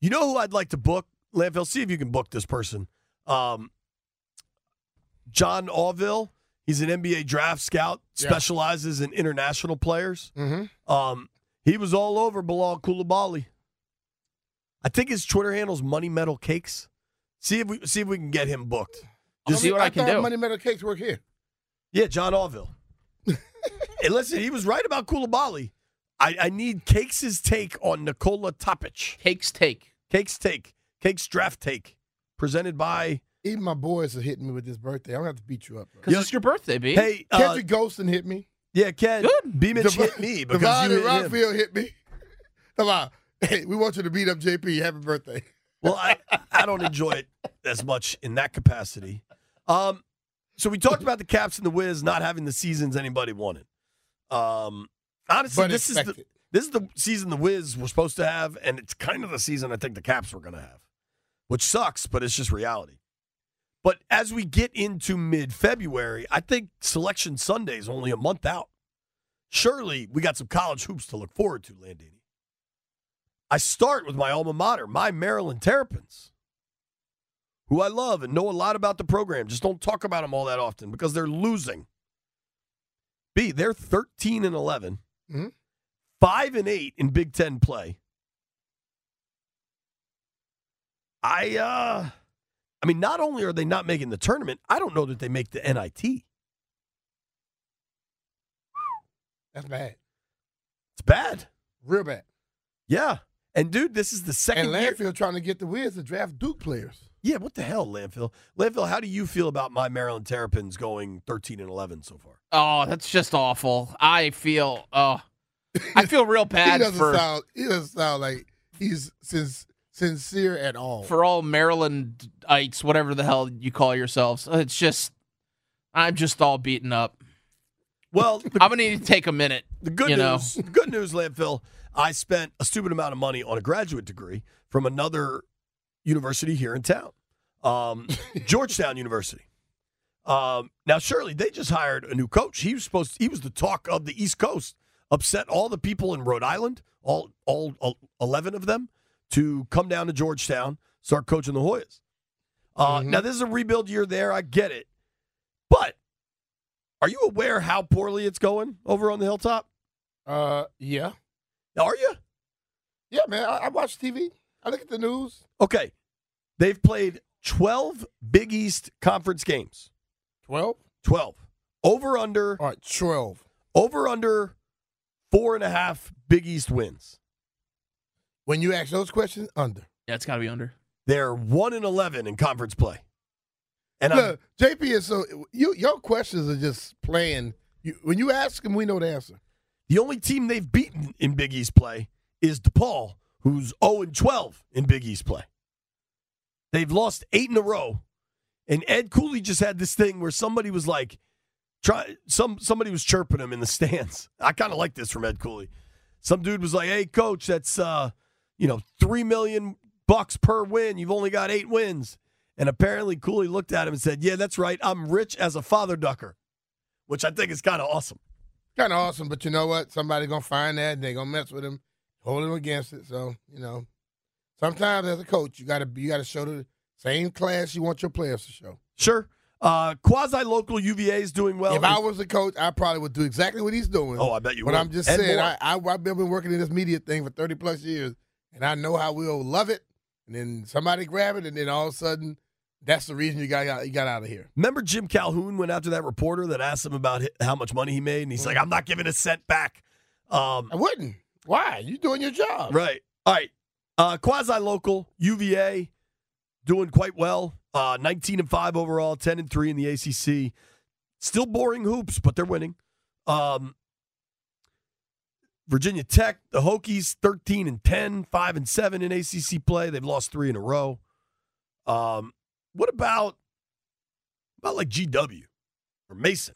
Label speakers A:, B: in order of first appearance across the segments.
A: You know who I'd like to book, Landfill? See if you can book this person. Um, John Orville. He's an NBA draft scout,
B: Yeah.
A: specializes in international players.
B: Mm-hmm.
A: Um, he was all over Bilal Koulibaly. I think his Twitter handle's Money Metal Cakes. See if we see if we can get him booked. Just-
B: Money-
C: see what I can
B: thought
C: do.
B: Money metal cakes work here.
A: yeah, John Orville. and listen, he was right about Koulibaly. I, I need Cakes' take on Nikola Topic.
C: Cakes take.
A: Cakes take. Cakes draft take. Presented by
B: Even my boys are hitting me with this birthday. I'm gonna have to beat you up. Bro.
C: Because
A: Yo-
C: it's your birthday, B.
A: Hey, uh,
B: Kendrick Golston hit me.
A: yeah, Ken.
C: Good.
A: B Mitch
B: Devi-
A: hit me because
B: Devon
A: you
B: and
A: hit him.
B: Rockfield hit me. Come on. Hey, we want you to beat up JP. Happy birthday.
A: Well, I, I don't enjoy it as much in that capacity. Um, so we talked about the Caps and the Wiz not having the seasons anybody wanted. Um, honestly,
B: But
A: this is the,
B: expected.
A: this is the season the Wiz were supposed to have, and it's kind of the season I think the Caps were going to have, which sucks, but it's just reality. But as we get into mid February, I think Selection Sunday is only a month out. Surely we got some college hoops to look forward to, Landini. I start with my alma mater, my Maryland Terrapins, who I love and know a lot about the program. Just don't talk about them all that often because they're losing. B, they're 13 and 11,
B: Mhm.
A: 5 and 8 in Big Ten play. I, uh, I mean, not only are they not making the tournament, I don't know that they make the NIT. It's
B: That's bad.
A: bad.
B: Real bad.
A: Yeah. And dude, this is the second
B: And
A: year.
B: Landfield trying to get the Wiz to draft Duke players.
A: Yeah, what the hell, Landfill? Landfill, how do you feel about my Maryland Terrapins going 13 and 11 so far?
C: Oh, that's just awful. I feel. Oh, I feel real
B: he
C: bad
B: doesn't
C: for
B: sound. He doesn't sound like he's sin- sincere at all.
C: for all Marylandites, whatever the hell you call yourselves. It's just. I'm just all beaten up.
A: Well, the,
C: I'm gonna need to take a minute.
A: the good
C: you know.
A: news, the good news, Landfill, I spent a stupid amount of money on a graduate degree from another university here in town, um, Georgetown University. Um, now, surely they just hired a new coach. He was supposed. he was the talk of the East Coast. Upset all the people in Rhode Island, all all, all eleven of them, to come down to Georgetown, start coaching the Hoyas. Uh,
C: Mm-hmm.
A: Now this is a rebuild year there. I get it, but are you aware how poorly it's going over on the hilltop?
B: Uh, yeah,
A: Are you?
B: yeah, man. I, I watch TV. I look at the news.
A: Okay. They've played 12 Big East conference games.
B: Twelve.
A: 12. Over under,
B: All right, twelve.
A: over under four and a half Big East wins.
B: When you ask those questions, under.
C: Yeah, it's gotta be under.
A: They're 1 and 11 in conference play. And I'm-
B: Look, JP is so you. Your questions are just playing. You, when you ask him, we know the answer.
A: the only team they've beaten in Big East play is DePaul, who's 0 and 12 in Big East play. They've lost eight in a row. And Ed Cooley just had this thing where somebody was like, try some somebody was chirping him in the stands. I kind of like this from Ed Cooley. Some dude was like, "Hey, coach, that's uh, you know, three million bucks per win. You've only got eight wins." And apparently, Cooley looked at him and said, "Yeah, that's right. I'm rich as a father ducker," which I think is kind of awesome.
B: Kind of awesome, but you know what? Somebody gonna find that and they gonna mess with him, hold him against it. So you know, sometimes as a coach, you gotta be- you gotta show the same class you want your players to show.
A: Sure. Uh, Quasi local UVA is doing well.
B: if I was a coach, I probably would do exactly what he's doing.
A: Oh, I bet you
B: But
A: would.
B: I'm just
A: And
B: saying,
A: more.
B: I, I, I've been working in this media thing for 30 plus years, and I know how we'll love it, and then somebody grab it, and then all of a sudden, that's the reason you got- got you got out of here.
A: Remember Jim Calhoun went after that reporter that asked him about hi- how much money he made, and he's like, "I'm not giving a cent back." Um,
B: I wouldn't. Why? You doing your job?
A: right. All right. Uh, Quasi local UVA doing quite well. Uh, 19 and five overall, 10 and three in the ACC. Still boring hoops, but they're winning. Um, Virginia Tech, the Hokies, 13 and 10, 5 and 7 in ACC play. They've lost three in a row. Um, what about about like GW or Mason?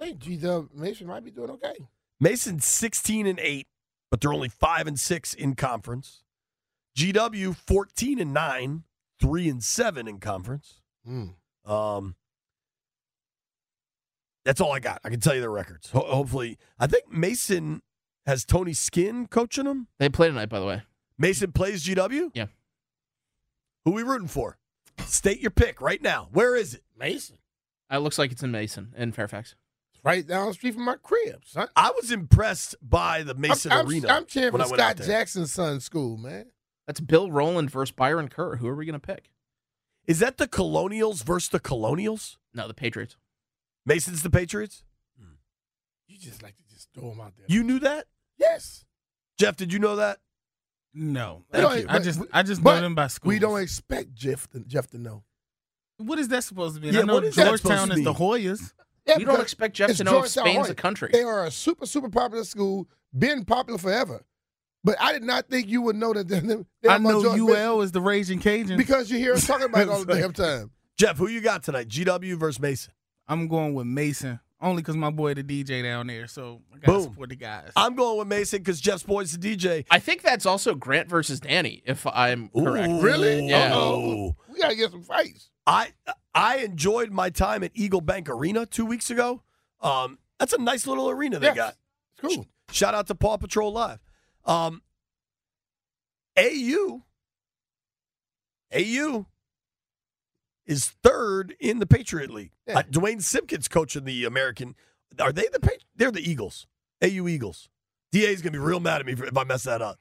B: I think GW Mason might be doing okay.
A: Mason's 16 and 8, but they're only 5 and 6 in conference. GW 14 and 9, 3 and 7 in conference.
B: Mm.
A: Um That's all I got. I can tell you their records. Ho- hopefully, I think Mason has Tony Skin coaching them.
C: They play tonight, by the way.
A: Mason plays GW?
C: Yeah.
A: Who we rooting for? State your pick right now. Where is it?
B: Mason,
C: Uh, It looks like it's in Mason in Fairfax.
B: it's right down the street from my crib, son.
A: I was impressed by the Mason
B: I'm,
A: Arena.
B: I'm, I'm cheering
A: when
B: for
A: I went out
B: Scott
A: there.
B: Jackson's son's school, man.
C: That's Bill Rowland versus Byron Kerr. Who are we going to pick?
A: Is that the Colonials versus the Colonials?
C: No, the Patriots.
A: Mason's the Patriots?
B: You just like to just throw him out there.
A: You knew that?
B: yes,
A: Jeff, did you know that?
D: No,
B: Thank
D: I,
B: you.
D: I just I just
B: But
D: know them by school.
B: we don't expect Jeff to, Jeff to know.
D: What is that supposed to be?
A: Yeah,
D: I know
A: what is that supposed
D: Georgetown
A: to
D: is the
A: be?
D: Hoyas.
B: Yeah,
C: you don't
B: because
C: expect Jeff
B: it's
C: to know if
B: Georgetown
C: Spain's
B: Hoyas.
C: a country.
B: They are a super super popular school, been popular forever. But I did not think you would know that. They're, they're
D: I
B: my
D: know
B: George Mason
D: UL is the Raging Cajun.
B: because you hear us talking about it all the damn time.
A: Jeff, who you got tonight? GW versus Mason.
D: I'm going with Mason only because my boy the DJ down there, so I gotta
A: Boom.
D: support the guys.
A: I'm going with Mason because Jeff's boy's the DJ.
C: I think that's also Grant versus Danny, if I'm correct.
A: Ooh.
B: Really?
C: Yeah.
B: Uh-oh. We gotta get some fights.
A: I I enjoyed my time at Eagle Bank Arena two weeks ago. Um, that's a nice little arena they
B: Yes.
A: got.
B: It's cool.
A: Shout out to Paw Patrol Live. Um, AU AU is third in the Patriot League.
B: Yeah.
A: Uh, Dwayne Simpkins coaching the American. Are they the Patri- They're the Eagles. AU Eagles. DA's going to be real mad at me for- if I mess that up.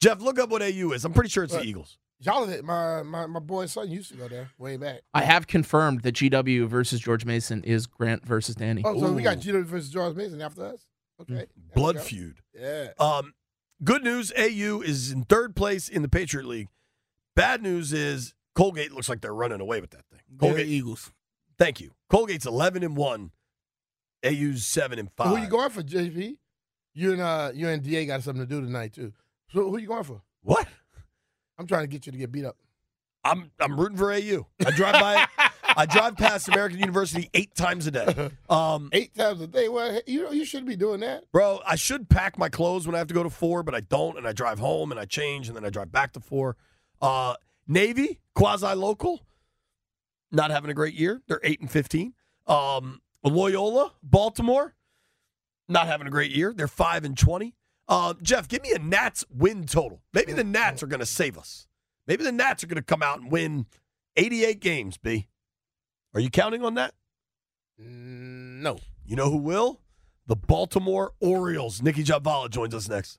A: Jeff, look up what AU is. I'm pretty sure it's
B: Right.
A: the Eagles.
B: Y'all, that my my my boy's son used to go there way back.
C: I have confirmed that GW versus George Mason is Grant versus Danny.
B: Oh, so we got
A: Ooh. Mm,
B: Gino versus George Mason after us. Okay, there we
A: Blood
B: go.
A: feud.
B: Yeah,
A: Um, good news, AU is in third place in the Patriot League. Bad news is Colgate looks like they're running away with that thing.
D: They're the
A: Colgate,
D: Eagles.
A: thank you. Colgate's eleven and one. AU's seven and
B: So
A: five.
B: who you going for, JP? You and uh, you and Da got something to do tonight too. So who you going for?
A: What?
B: I'm trying to get you to get beat up.
A: I'm I'm rooting for AU. I drive by. I drive past American University eight times a day. Um,
B: Eight times a day. Well, hey, you know you shouldn't be doing that.
A: bro, I should pack my clothes when I have to go to four, but I don't, and I drive home and I change, and then I drive back to four. Uh, Navy quasi local, not having a great year. They're eight and fifteen. Um, Loyola, Baltimore, not having a great year. They're five and twenty. Um, Jeff, give me a Nats win total. Maybe the Nats are going to save us. Maybe the Nats are going to come out and win eighty-eight games. B, are you counting on that?
B: Mm, No.
A: You know who will? The Baltimore Orioles. Nikki Javala joins us next.